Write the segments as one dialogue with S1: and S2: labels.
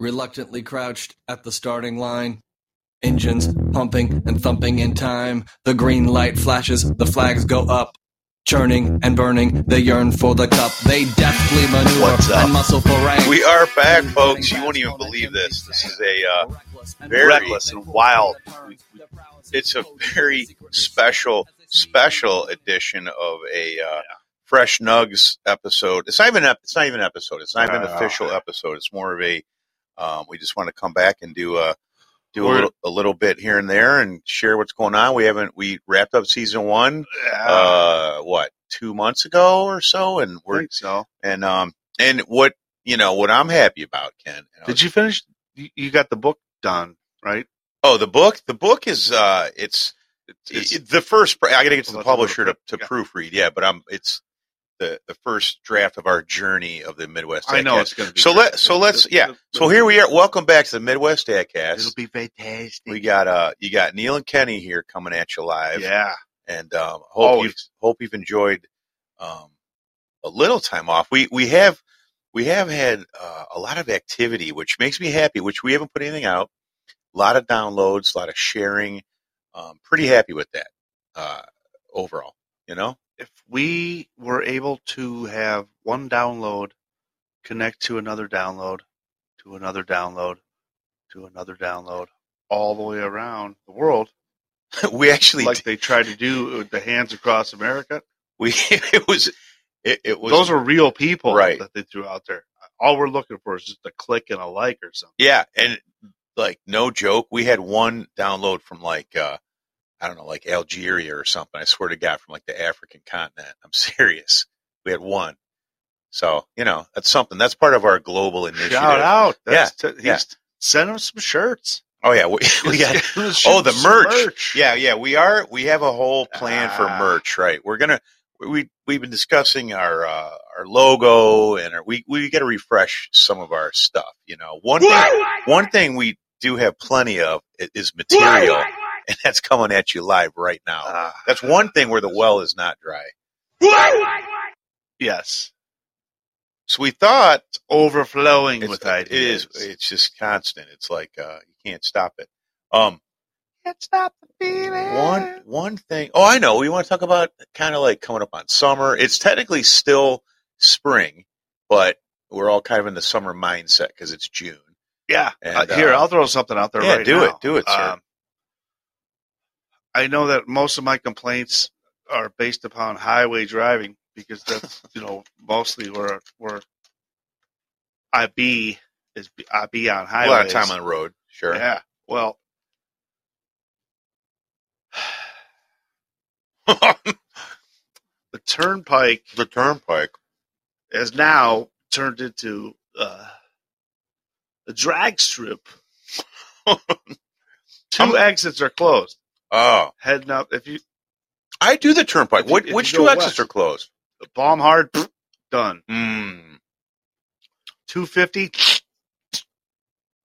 S1: reluctantly crouched at the starting line. Engines pumping and thumping in time. The green light flashes, the flags go up. Churning and burning, they yearn for the cup. They deftly maneuver
S2: What's up?
S1: and muscle for rank.
S2: We are back, folks. You won't even believe this. This is a uh, very- reckless and wild. it's a very special, special edition of a uh, Fresh Nugs episode. It's not even ep- it's not even an episode. It's not even an
S3: Uh,
S2: official episode. It's more of a um, we just want to come back and do a do a
S3: We're-
S2: little, a little bit here and there and share what's going on. We haven't we wrapped up season one
S3: Yeah,
S2: uh, what two months ago or so, and
S3: I
S2: we're
S3: think so.
S2: and um and what you know what I'm happy about, Ken. and I was
S3: Did you finish? You, you got the book done, right?
S2: Oh, the book. The book is uh, it's,
S3: It's-
S2: it- the first. pr- I got to get to the
S3: Well, that's a
S2: publisher to,
S3: little
S2: to
S3: quick, yeah.
S2: proofread. Yeah, but I'm it's the the first draft of our journey of the Midwest.
S3: I know
S2: Adcast.
S3: it's going to be.
S2: So
S3: great.
S2: let- so let's- yeah. So here we are. Welcome back to the Midwest
S3: It'll
S2: Adcast.
S3: be fantastic.
S2: We got uh, you got Neil and Kenny here coming at you live,
S3: yeah.
S2: and um, hope
S3: Always.
S2: you have hope you've enjoyed um, a little time off. We we have we have had uh, a lot of activity, which makes me happy. Which we haven't put anything out. A lot of downloads, a lot of sharing. Um, pretty happy with that uh, overall. You know,
S3: If we were able to have one download connect to another download, to another download, to another download, all the way around the world,
S2: we actually
S3: like they tried to do with the hands across America,
S2: we it was it, it was
S3: those are real people
S2: Right.
S3: that they threw out there. All we're looking for is just a click and a like or something.
S2: yeah, and like no joke, we had one download from like. Uh, I don't know, like Algeria or something. I swear to God, from like the African continent. I'm serious. We had one. So, you know, that's something. That's part of our global initiative.
S3: Shout out! That's t-
S2: yeah.
S3: he's- Send him some shirts.
S2: Oh, yeah. We, we got, oh, the merch. Yeah, yeah. We are, we have a whole plan for
S3: Ah.
S2: merch, right? We're going to, we, we've been discussing our, uh, our logo and our, we, we got to refresh some of our stuff. You know, one thing, one thing we do have plenty of i- is material and that's coming at you live right now.
S3: Ah.
S2: that's one thing where the well is not dry.
S3: yes.
S2: So we thought
S3: Overflowing
S2: it's,
S3: with
S2: it
S3: ideas.
S2: is. It's just constant. It's like uh, you can't stop it. Um,
S3: Can't stop the feeling.
S2: one one thing. Oh, I know. We want to talk about kind of like coming up on summer. It's technically still spring, but we're all kind of in the summer mindset because it's June.
S3: Yeah.
S2: And,
S3: Uh, here,
S2: uh,
S3: I'll throw something out there
S2: yeah,
S3: right
S2: do
S3: now. Um,
S2: it, do it, sir.
S3: I know that most of my complaints are based upon highway driving because that's, you know, mostly where where I be is I be on
S2: A
S3: highways.
S2: lot of time on the road. Sure.
S3: Yeah. Well, the turnpike
S2: the turnpike.
S3: has now turned into uh, a drag strip. 2
S2: I'm-
S3: exits are closed.
S2: Oh,
S3: Heading up, if you
S2: I do the turnpike.
S3: If you-
S2: What,
S3: if you
S2: which
S3: go
S2: two exits
S3: west.
S2: are closed?
S3: bomb hard, done.
S2: Mm.
S3: Two fifty.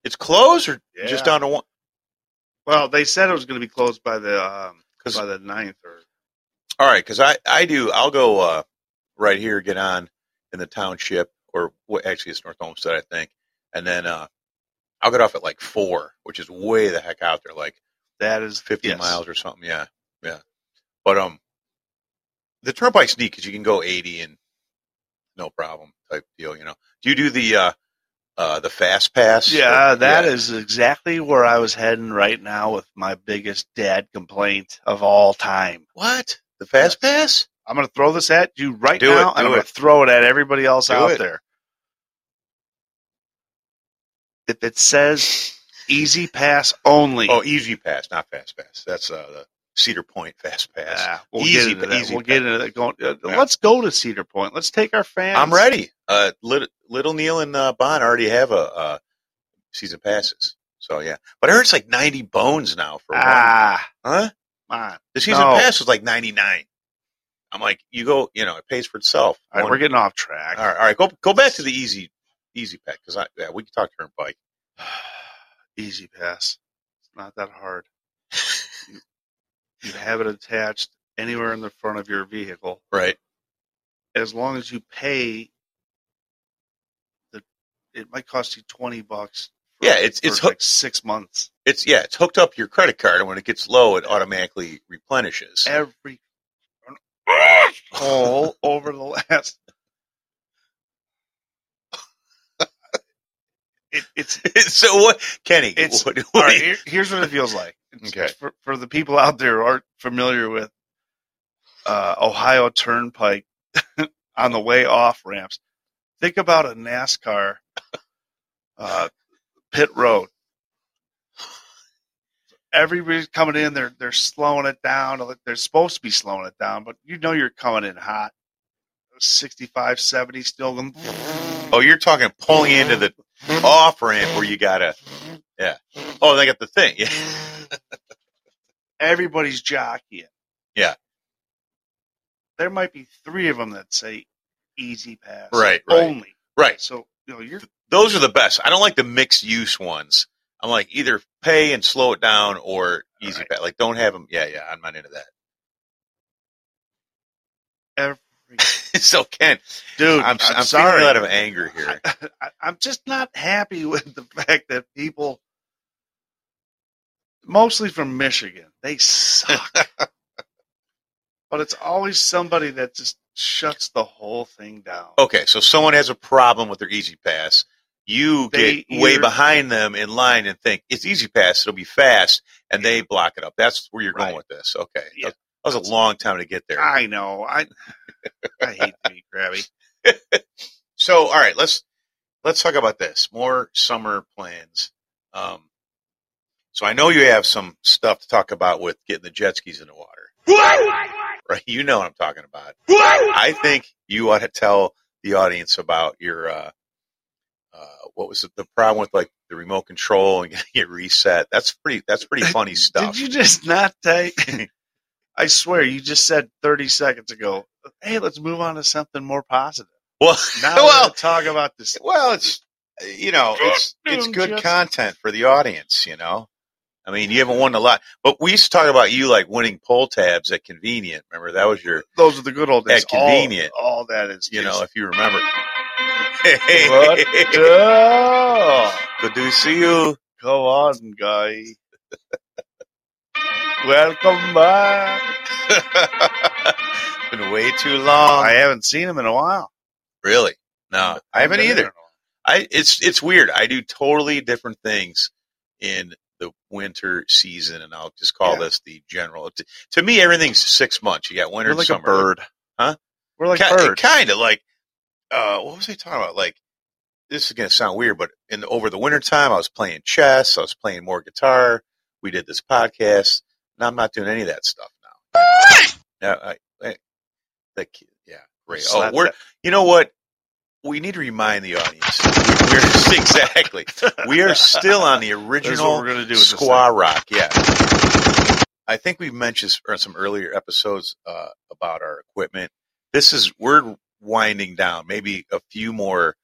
S2: It's closed or just
S3: Yeah.
S2: down to one?
S3: Well, they said it was going to be closed by the um,
S2: 'Cause-
S3: by the ninth or
S2: All right, because I I do I'll go uh, right here, get on in the township, or well, actually it's North Olmsted, I think, and then uh, I'll get off at like four, which is way the heck out there, like
S3: that is
S2: fifty
S3: yes.
S2: miles or something. Yeah, yeah. But um, the turnpike's neat because you can go eighty and no problem type deal. You know, do you do the uh, uh the fast pass?
S3: Yeah, that
S2: Yeah.
S3: is exactly where I was heading right now with my biggest dad complaint of all time.
S2: what the fast pass.
S3: I'm going to throw this at you right
S2: Do
S3: now,
S2: it,
S3: and
S2: do
S3: I'm
S2: it.
S3: going to throw it at everybody else
S2: Do
S3: out
S2: it.
S3: there. If it says easy pass only,
S2: Oh, easy pass, not fast pass. That's uh the Cedar Point fast pass.
S3: ah, we'll
S2: Easy
S3: get into
S2: pa-
S3: that.
S2: easy
S3: we'll
S2: pass.
S3: get into that. Going, uh,
S2: Yeah.
S3: Let's go to Cedar Point. Let's take our fans.
S2: I'm ready. Uh, little, little Neil and uh, Bond already have a uh, season passes. So yeah, but I heard it's like 90 bones now for
S3: Ah,
S2: one. Huh?
S3: come on.
S2: The season
S3: No.
S2: pass was like 99. I'm like, you go, you know, it pays for itself.
S3: All right,
S2: One-
S3: we're getting off track.
S2: all right, all right, go go back to the easy, easy pack because I yeah, we can talk turnpike.
S3: Easy pass. It's not that hard. you, you have it attached anywhere in the front of your vehicle.
S2: Right.
S3: As long as you pay the it might cost you twenty bucks
S2: Yeah, it's
S3: for
S2: it's hooked.
S3: like six months.
S2: It's yeah, it's hooked up to your credit card, and when it gets low, it automatically replenishes.
S3: Every all over the last. It, it's
S2: so what, Kenny?
S3: It's-
S2: what, what
S3: all
S2: do
S3: right,
S2: you-
S3: here- here's what it feels like. It's-
S2: Okay.
S3: For, for the people out there who aren't familiar with uh, Ohio Turnpike on the way off ramps, think about a NASCAR uh, pit road. Everybody's coming in, they're they're slowing it down. They're supposed to be slowing it down, but you know you're coming in hot. 65, 70 still them.
S2: Oh, you're talking pulling into the off ramp where you gotta, yeah. Oh, they got the thing. Yeah,
S3: everybody's jockeying.
S2: Yeah.
S3: There might be three of them that say easy pass.
S2: Right, right.
S3: Only.
S2: right.
S3: So, you know, you're
S2: Those are the best. I don't like the mixed use ones. I'm like either pay and slow it down or easy
S3: Right.
S2: pa- Like don't have them. Yeah, yeah. I'm not into that.
S3: every
S2: so Ken,
S3: dude.
S2: I'm, I'm, feeling
S3: sorry.
S2: a lot of anger here.
S3: I, I'm just not happy with the fact that people, mostly from Michigan, they suck. but it's always somebody that just shuts the whole thing down.
S2: Okay, so someone has a problem with their easy pass. You
S3: They
S2: get way
S3: either-
S2: behind them in line and think it's easy pass, it'll be fast, and they block it up. That's where you're
S3: Right.
S2: going with this. Okay.
S3: Yeah.
S2: That was a long time to get there.
S3: I know. I I hate to be grabby.
S2: So, all right, let's let's talk about this. More summer plans. Um, so I know you have some stuff to talk about with getting the jet skis in the water. Right, you know what I'm talking about. I think you ought to tell the audience about your uh, uh, what was it, the problem with like the remote control and getting it reset. That's pretty. That's pretty funny stuff.
S3: Uh, Did you just not take? I swear, you just said 30 seconds ago, hey, let's move on to something more positive.
S2: well,
S3: Now we're
S2: well,
S3: going to talk about this.
S2: well, it's you know, it's it's good
S3: Just-
S2: content for the audience. You know, I mean, you haven't won a lot, but we used to talk about you like winning poll tabs at convenient. Remember that was your
S3: Those are the good old days.
S2: At convenient.
S3: All, all that is,
S2: you know,
S3: just-
S2: if you remember.
S3: What the-
S2: Good to see you.
S3: Go on, guy. Welcome back.
S2: Been way too long.
S3: I haven't seen him in a while.
S2: Really? No, I haven't
S3: Been
S2: either.
S3: there.
S2: I it's it's weird. I do totally different things in the winter season, and I'll just call
S3: Yeah.
S2: this the general. To, to me, everything's six months. You got winter,
S3: We're like
S2: summer,
S3: a bird.
S2: Huh?
S3: We're like birds.
S2: Kind of like uh, what was I talking about? Like this is gonna sound weird, but in the, over the winter time, I was playing chess. I was playing more guitar. We did this podcast. Now I'm not doing any of that stuff now. now I, I, the kid, yeah, great. Oh,
S3: Slap
S2: we're
S3: that.
S2: you know what? We need to remind the audience. We're exactly. We are still on the
S3: That's what
S2: original
S3: we're going to do. with this thing.
S2: Squaw Rock. Yeah, I think we've mentioned this in some earlier episodes uh, about our equipment. This is we're winding down. Maybe a few more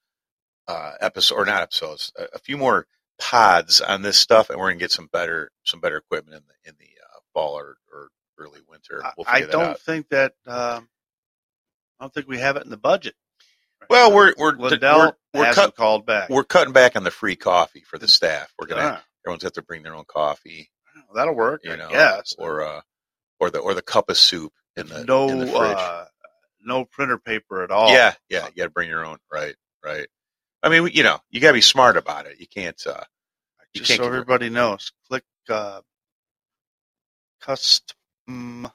S2: uh, episodes, or not episodes, a, a few more pods on this stuff, and we're gonna get some better some better equipment in the in the uh, fall or, or early winter.
S3: I-
S2: We'll
S3: I
S2: figure that
S3: don't
S2: out.
S3: think that. Um, I don't think we have it in the budget.
S2: Well, we're we're
S3: Lindell
S2: we're, we're
S3: hasn't
S2: cut,
S3: called back.
S2: we're cutting back on the free coffee for
S3: Mm,
S2: the staff. We're gonna
S3: Ah,
S2: everyone's got to bring their own coffee,
S3: that'll work.
S2: you know,
S3: I guess.
S2: or uh, or the or the cup of soup in the
S3: no,
S2: in the fridge.
S3: uh, no printer paper at all.
S2: Yeah, yeah, you got to bring your own. Right, right. I mean, we- you know, you got to be smart about it. You can't. Uh, you
S3: just
S2: can't
S3: so
S2: give her-
S3: everybody knows. Click uh, custom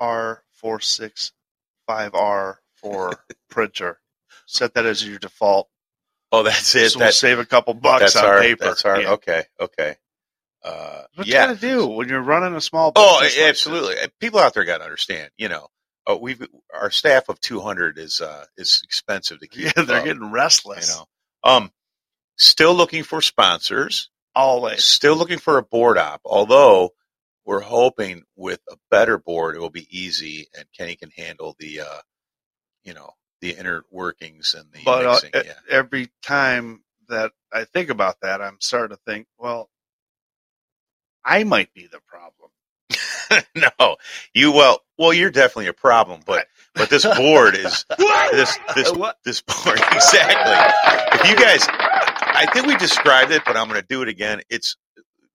S3: R four six five R for printer. Set that as your default.
S2: oh, that's it.
S3: so we'll
S2: that's
S3: save a couple bucks
S2: that's
S3: on
S2: our.
S3: paper.
S2: That's our.
S3: Yeah.
S2: Okay, okay. Uh,
S3: What you
S2: yeah.
S3: gotta do when you're running a small
S2: Oh,
S3: business? like
S2: absolutely. People out there got to understand. You know, uh, we've our staff of two hundred is uh is expensive to
S3: this?
S2: keep.
S3: Yeah, they're
S2: up,
S3: getting
S2: You
S3: restless.
S2: know, um, still looking for sponsors.
S3: Always.
S2: Still looking for a board op, although we're hoping with a better board it will be easy and Kenny can handle the, uh, you know, the inner workings and the
S3: but uh,
S2: mixing.
S3: e-
S2: yeah.
S3: every time that I think about that, I'm starting to think, well, I might be the problem.
S2: no, you well, well, you're definitely a problem, but but this board is this this
S3: Uh, what?
S2: this board exactly. If you guys, I I think we described it, but I'm going to do it again. It's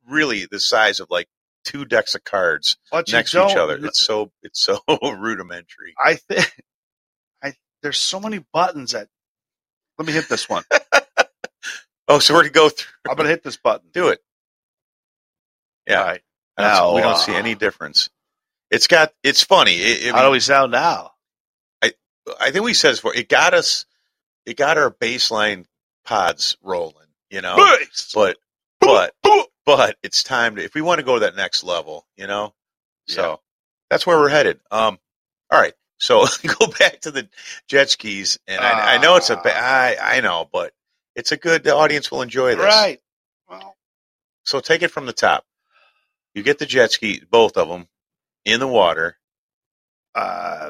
S2: really the size of like two decks of cards
S3: But you
S2: next to each
S3: don't-
S2: other. It's so it's so rudimentary.
S3: I think I there's so many buttons that. Let me hit this one.
S2: Oh, so we're to go through.
S3: I'm gonna hit this button.
S2: do it. Yeah,
S3: All right.
S2: I don't-
S3: Now,
S2: we don't
S3: uh,
S2: see any difference. It's got. It's funny. It, it,
S3: How do we sound now?
S2: I think we said this before. It got us. It got our baseline pods rolling. You know,
S3: Boys!
S2: but but but it's time to if we want to go to that next level. You know, so
S3: Yeah.
S2: that's where we're headed. Um, all right. So go back to the jet skis, and I, I know it's a. Ba-
S3: Ah.
S2: I I know, but it's a good. The audience will enjoy this.
S3: Right. Well,
S2: So take it from the top. You get the jet ski, both of them, in the water.
S3: uh,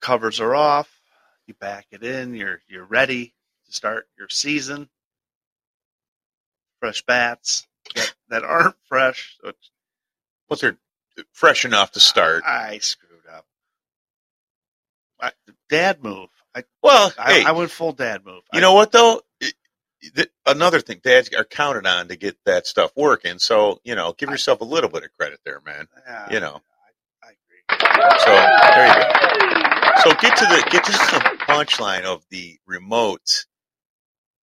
S3: covers are off. You back it in. You're you're ready to start your season. Fresh bats that, that aren't fresh. Which
S2: But they're fresh enough to start.
S3: I screwed up. I, dad move. I,
S2: Well,
S3: I,
S2: hey,
S3: I went full dad move.
S2: you know what though? It- th- Another thing, dads are counted on to get that stuff working. So you know, give yourself a little bit of credit there, man.
S3: I, yeah,
S2: You know.
S3: I agree.
S2: So there you go. So get to the get to the punchline of the remote,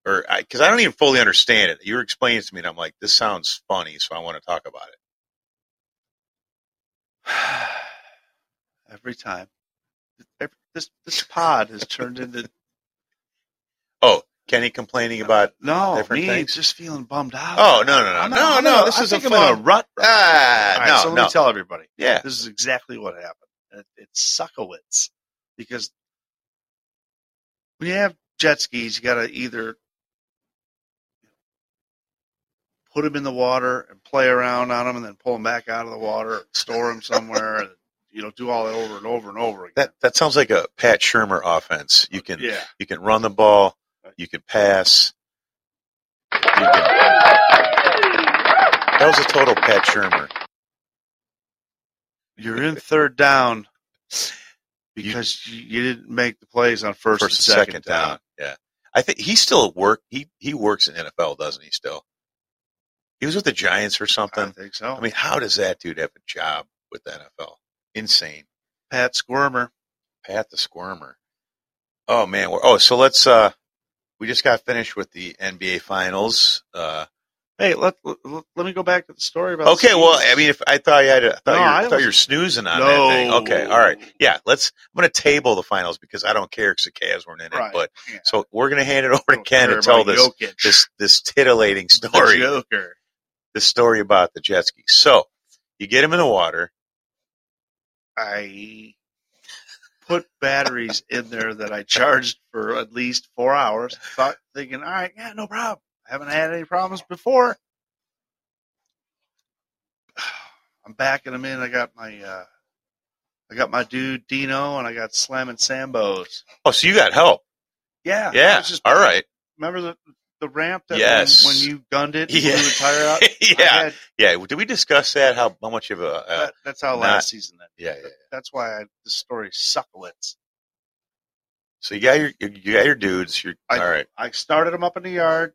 S2: or because I, don't even fully understand it. You were explaining it to me, and I'm like, this sounds funny, so I want to talk about it.
S3: Every time, Every- this this pod has turned into
S2: Kenny complaining about
S3: no
S2: Different
S3: me
S2: things.
S3: just feeling bummed out.
S2: Oh no no no
S3: I'm
S2: no
S3: in- I'm in
S2: no!
S3: a-
S2: this
S3: I
S2: is a
S3: think I'm in
S2: fun.
S3: rut. right now.
S2: ah,
S3: All right,
S2: no
S3: so let
S2: no
S3: me tell everybody.
S2: yeah.
S3: This is exactly what happened. It, it's suckowitz because when you have jet skis, you got to either put them in the water and play around on them, and then pull them back out of the water, store them somewhere, and you know do all that over and over and over again.
S2: That that sounds like a Pat Shermer offense. You can
S3: yeah,
S2: you can run the ball, you can pass. You can... That was a total Pat Shermer.
S3: you're in third down because you, you didn't make the plays on first,
S2: First and
S3: and second, down.
S2: Yeah, I think he's still at work. He he works in NFL, doesn't he? Still, he was with the Giants or
S3: I
S2: something.
S3: think so.
S2: I mean, how does that dude have a job with the NFL? Insane.
S3: Pat Squirmer.
S2: Pat the Squirmer. Oh man. We're, oh, so let's. uh We just got finished with the NBA Finals. Uh
S3: Hey, let, let, let me go back to the story about.
S2: Okay. Well,
S3: skis.
S2: I mean, if I thought you had, a, I thought,
S3: No,
S2: you,
S3: I
S2: I thought you were
S3: was-
S2: snoozing on
S3: No.
S2: that thing. Okay. All right. Yeah. Let's. I'm going to table the finals because I don't care because the Cavs weren't in it.
S3: Right.
S2: But
S3: Yeah.
S2: so we're going to hand it over to
S3: Don't
S2: Ken
S3: care
S2: to tell
S3: about
S2: this
S3: Jokic.
S2: this this titillating
S3: The
S2: story.
S3: Joker.
S2: This story about the jet ski. So you get him in the water.
S3: I put batteries in there that I charged for at least four hours, thought, thinking, all right, yeah, no problem. I haven't had any problems before. I'm backing them in. I got my, uh, I got my dude Dino, and I got slamming Sambos.
S2: Oh, so you got help?
S3: Yeah, I
S2: Yeah.
S3: was just-
S2: All right.
S3: remember the the ramp that
S2: Yes.
S3: when, when you gunned it, and
S2: Yeah.
S3: blew the tire out. I
S2: yeah.
S3: had-
S2: Yeah. Did we discuss that? How, how much of a? Uh,
S3: that, that's how
S2: not-
S3: last season ended.
S2: yeah, yeah. yeah.
S3: That's why I, the story sucklets.
S2: So you got your you got your dudes. You're,
S3: I-
S2: all right.
S3: I started them up in the yard.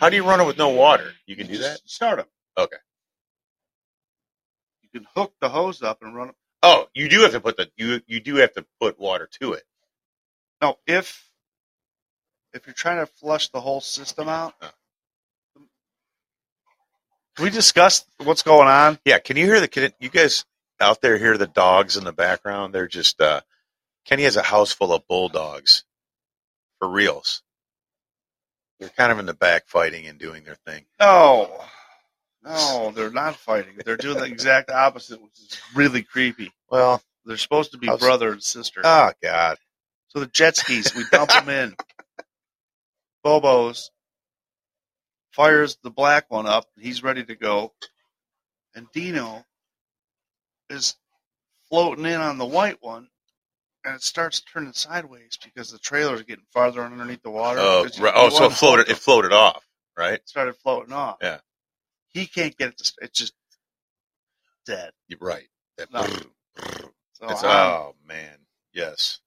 S2: How do you run it with no water? You can do that.
S3: Just Start them.
S2: Okay.
S3: You can hook the hose up and run 'em.
S2: Oh, you do have to put the you you do have to put water to it.
S3: No, if if you're trying to flush the whole system out,
S2: Huh.
S3: can we discuss what's going on?
S2: Yeah, can you hear the can you guys out there hear the dogs in the background? They're just uh Kenny has a house full of bulldogs for reals. They're kind of in the back fighting and doing their thing.
S3: No. No, they're not fighting. They're doing the exact opposite, which is really creepy.
S2: Well,
S3: They're supposed to be
S2: How's-
S3: brother and sister.
S2: oh god.
S3: So the jet skis, we dump them in. Bobo's fires the black one up. He's ready to go. And Dino is floating in on the white one. And it starts turning sideways because the trailer is getting farther underneath the water.
S2: Oh,
S3: 'Cause you-
S2: right. oh
S3: you
S2: so it
S3: unhook
S2: floated
S3: them.
S2: it floated off, right?
S3: It started floating off.
S2: Yeah.
S3: He can't get it to. st- It's just dead.
S2: You're right. That
S3: No. Oh,
S2: brrr, brrr.
S3: So
S2: It's-
S3: I'm-
S2: oh man. Yes.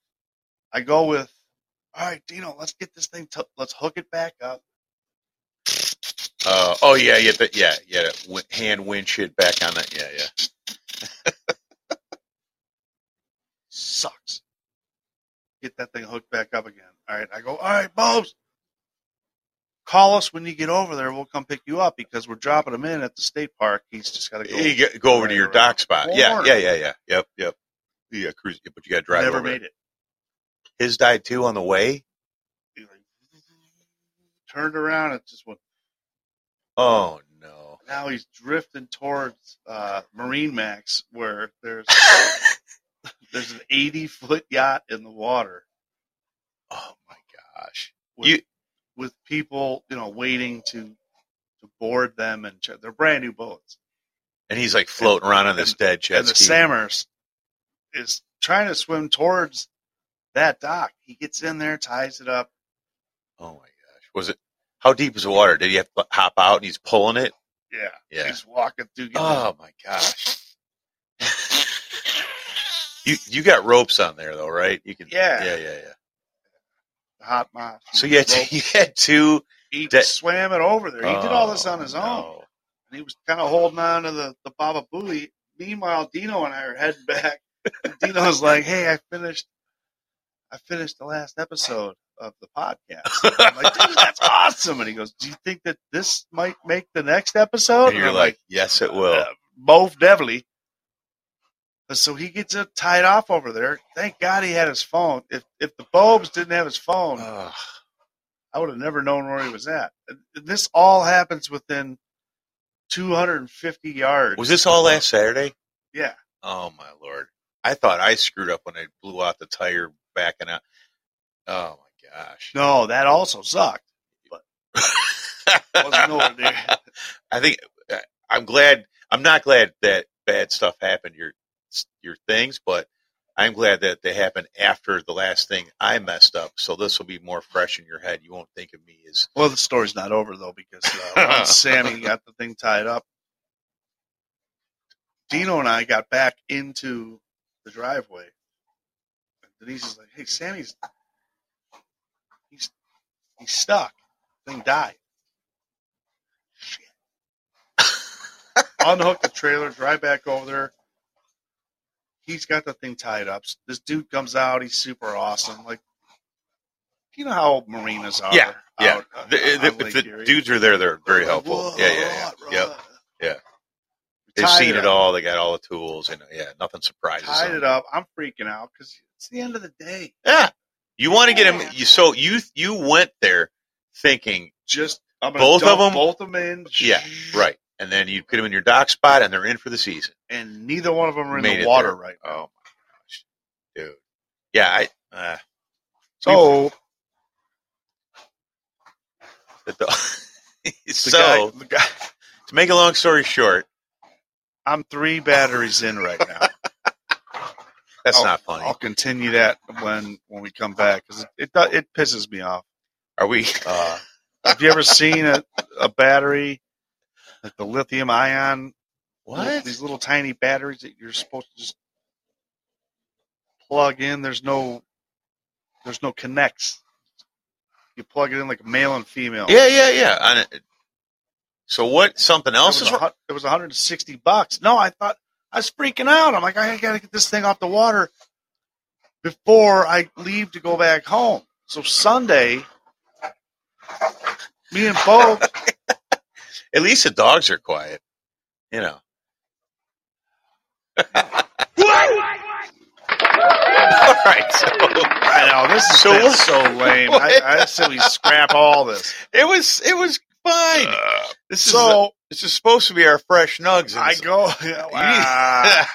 S3: I go with All right, Dino, let's get this thing. To, let's hook it back up.
S2: Uh, oh yeah, yeah, but yeah, yeah. w- Hand wind shit back on that. Yeah, yeah.
S3: Sucks. Get that thing hooked back up again. All right, I go. All right, Bob's. Call us when you get over there. We'll come pick you up because we're dropping him in at the state park. He's just got to go.
S2: You get- go over to your dock spot. Yeah,
S3: Corner.
S2: yeah, yeah, yeah. Yep, yep. Yeah, cruise. But you got to drive
S3: Never
S2: over.
S3: made it.
S2: His died too on the way.
S3: He like, turned around. It just went.
S2: Oh no.
S3: Now he's drifting towards uh, Marine Max, where there's there's an 80 foot yacht in the water.
S2: Oh my gosh.
S3: with,
S2: You-
S3: with people, you know, waiting to to board them, and ch- they're brand new boats.
S2: And he's like floating around on this
S3: And-
S2: dead jet
S3: and the
S2: ski.
S3: Samers is trying to swim towards that dock. He gets in there, ties it up.
S2: oh my gosh. Was it? How deep is the water? Did he have to hop out and he's pulling it?
S3: Yeah,
S2: Yeah.
S3: he's walking through. getting-
S2: Oh my gosh. you you got ropes on there though, right? You can.
S3: Yeah.
S2: Yeah, yeah, yeah.
S3: the hot mop.
S2: So you had,
S3: Rope.
S2: you had two.
S3: he
S2: that-
S3: swam it over there. He did all this on his
S2: Oh,
S3: own,
S2: no.
S3: and he was kind of holding on to the the Baba buoy. Meanwhile, Dino and I are heading back. And Dino's like, "Hey, I finished. I finished the last episode of the podcast." I'm like, dude, that's awesome. And he goes, Do you think that this might make the next episode?
S2: and you're
S3: I'm
S2: like, yes, it will.
S3: uh, both definitely. And so he gets it tied off over there. Thank God he had his phone. If if the bulbs didn't have his phone,
S2: Ugh.
S3: I would have never known where he was at. And This all happens within 250 yards.
S2: was this all last Saturday?
S3: Yeah.
S2: Oh my lord! I thought I screwed up when I blew out the tire backing out. Oh my gosh!
S3: No, that also sucked. Wasn't nowhere near.
S2: I think uh, I'm glad. I'm not glad that bad stuff happened. to Your your things, but I'm glad that they happened after the last thing I messed up. So this will be more fresh in your head. You won't think of me as
S3: Well, the story's not over though because uh, once Sammy got the thing tied up, Dino and I got back into the driveway. Denise is like, "Hey, Sammy's he's he's stuck. Thing died. Shit. Unhook the trailer, drive back over there. He's got the thing tied up. This dude comes out. He's super awesome. Like, you know how old marinas are.
S2: Yeah, yeah.
S3: out-
S2: the,
S3: on
S2: the,
S3: Lake
S2: if the
S3: Erie.
S2: dudes are there. They're very
S3: Like,
S2: helpful.
S3: "Whoa,
S2: yeah, yeah, yeah.
S3: right,
S2: Yep.
S3: right."
S2: yeah. They've
S3: Tied
S2: seen it
S3: up.
S2: all. They got all the tools, and yeah, nothing surprises
S3: Tied
S2: them.
S3: it up. I'm freaking out because it's the end of the day.
S2: Yeah, you want to get him.
S3: Yeah.
S2: You, so you you went there thinking
S3: Just I'm gonna
S2: Both of
S3: dump
S2: them-
S3: both of them in.
S2: Yeah, right, and then you put them in your dock spot, and they're in for the season.
S3: And neither one of them are in
S2: Made
S3: the
S2: it
S3: water
S2: there.
S3: right.
S2: Oh my gosh, dude. Yeah, I. Uh,
S3: So
S2: the dog-
S3: the
S2: so
S3: guy- the guy,
S2: to make a long story short,
S3: I'm three batteries in right now.
S2: that's
S3: Oh,
S2: not funny.
S3: I'll continue that when when we come back because it it, do- it pisses me off.
S2: Are we?
S3: Uh, have you ever seen a, a battery like the lithium ion?
S2: What?
S3: These little tiny batteries that you're supposed to just plug in. There's no there's no connects. You plug it in like male and female.
S2: Yeah, yeah, yeah. On it. So what? Something
S3: It
S2: else
S3: was,
S2: is
S3: a,
S2: wrong.
S3: hu- it was 160 bucks. No, I thought I was freaking out. I'm like, I gotta get this thing off the water before I leave to go back home. So Sunday, me and Bo,
S2: At least the dogs are quiet. You know. All right. So.
S3: I know this is
S2: So
S3: so,
S2: what-
S3: so lame. I, I say we scrap all this.
S2: It was it was fine. this is
S3: so
S2: this is supposed to be our fresh nugs.
S3: I go. Yeah,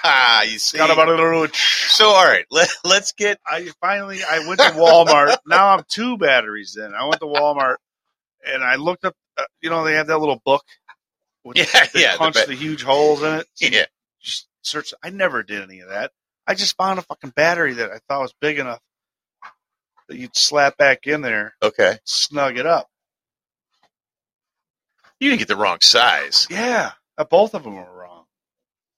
S2: Ah, you see.
S3: wow. about it.
S2: so all right, let, let's get.
S3: I finally I went to Walmart. now I'm two batteries in. I went to Walmart and I looked up. Uh, you know they have that little book. With
S2: Yeah,
S3: they
S2: yeah, the
S3: punch
S2: ba-
S3: the, huge holes in it.
S2: Yeah,
S3: Just search. I never did any of that. I just found a fucking battery that I thought was big enough that you'd slap back in there,
S2: okay.
S3: snug it up.
S2: You didn't get the wrong size.
S3: Yeah, uh, both of them were wrong.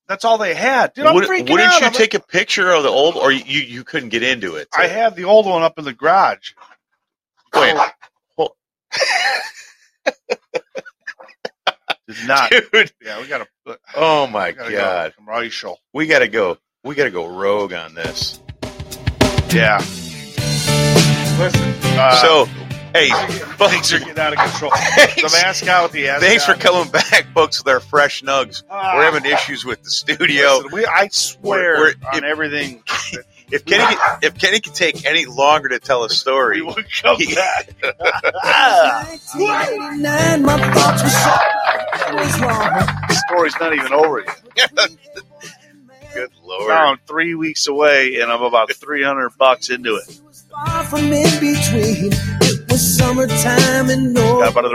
S3: That's all they had. Dude, I'm
S2: Would,
S3: freaking
S2: wouldn't
S3: out.
S2: you
S3: I'm like-
S2: take a picture of the old, or you you couldn't get into it?
S3: I have the old one up in the garage.
S2: wait.
S3: Did not.
S2: Dude.
S3: yeah, we gotta. put-
S2: Oh my
S3: we gotta
S2: god.
S3: Go commercial.
S2: We gotta go. We gotta go rogue on this.
S3: Yeah. Listen. Uh,
S2: so, hey,
S3: things
S2: folks,
S3: are getting out of control. The
S2: thanks,
S3: mascot with the ascot.
S2: thanks for coming back, folks, with our fresh nugs.
S3: Ah,
S2: We're having issues with the studio.
S3: listen, we, I swear
S2: We're- we're-
S3: on
S2: if-
S3: everything.
S2: If Kenny, if Kenny could take any longer to tell a story,
S3: We will come
S2: He-
S3: back. Ah,
S4: Nine, my thoughts were so I was wrong.
S3: The story's not even over yet.
S2: good lord,
S3: Now I'm three weeks away, and I'm about 300 bucks into it.
S4: She was far from in between. It was summertime and
S3: Got
S4: no
S3: about another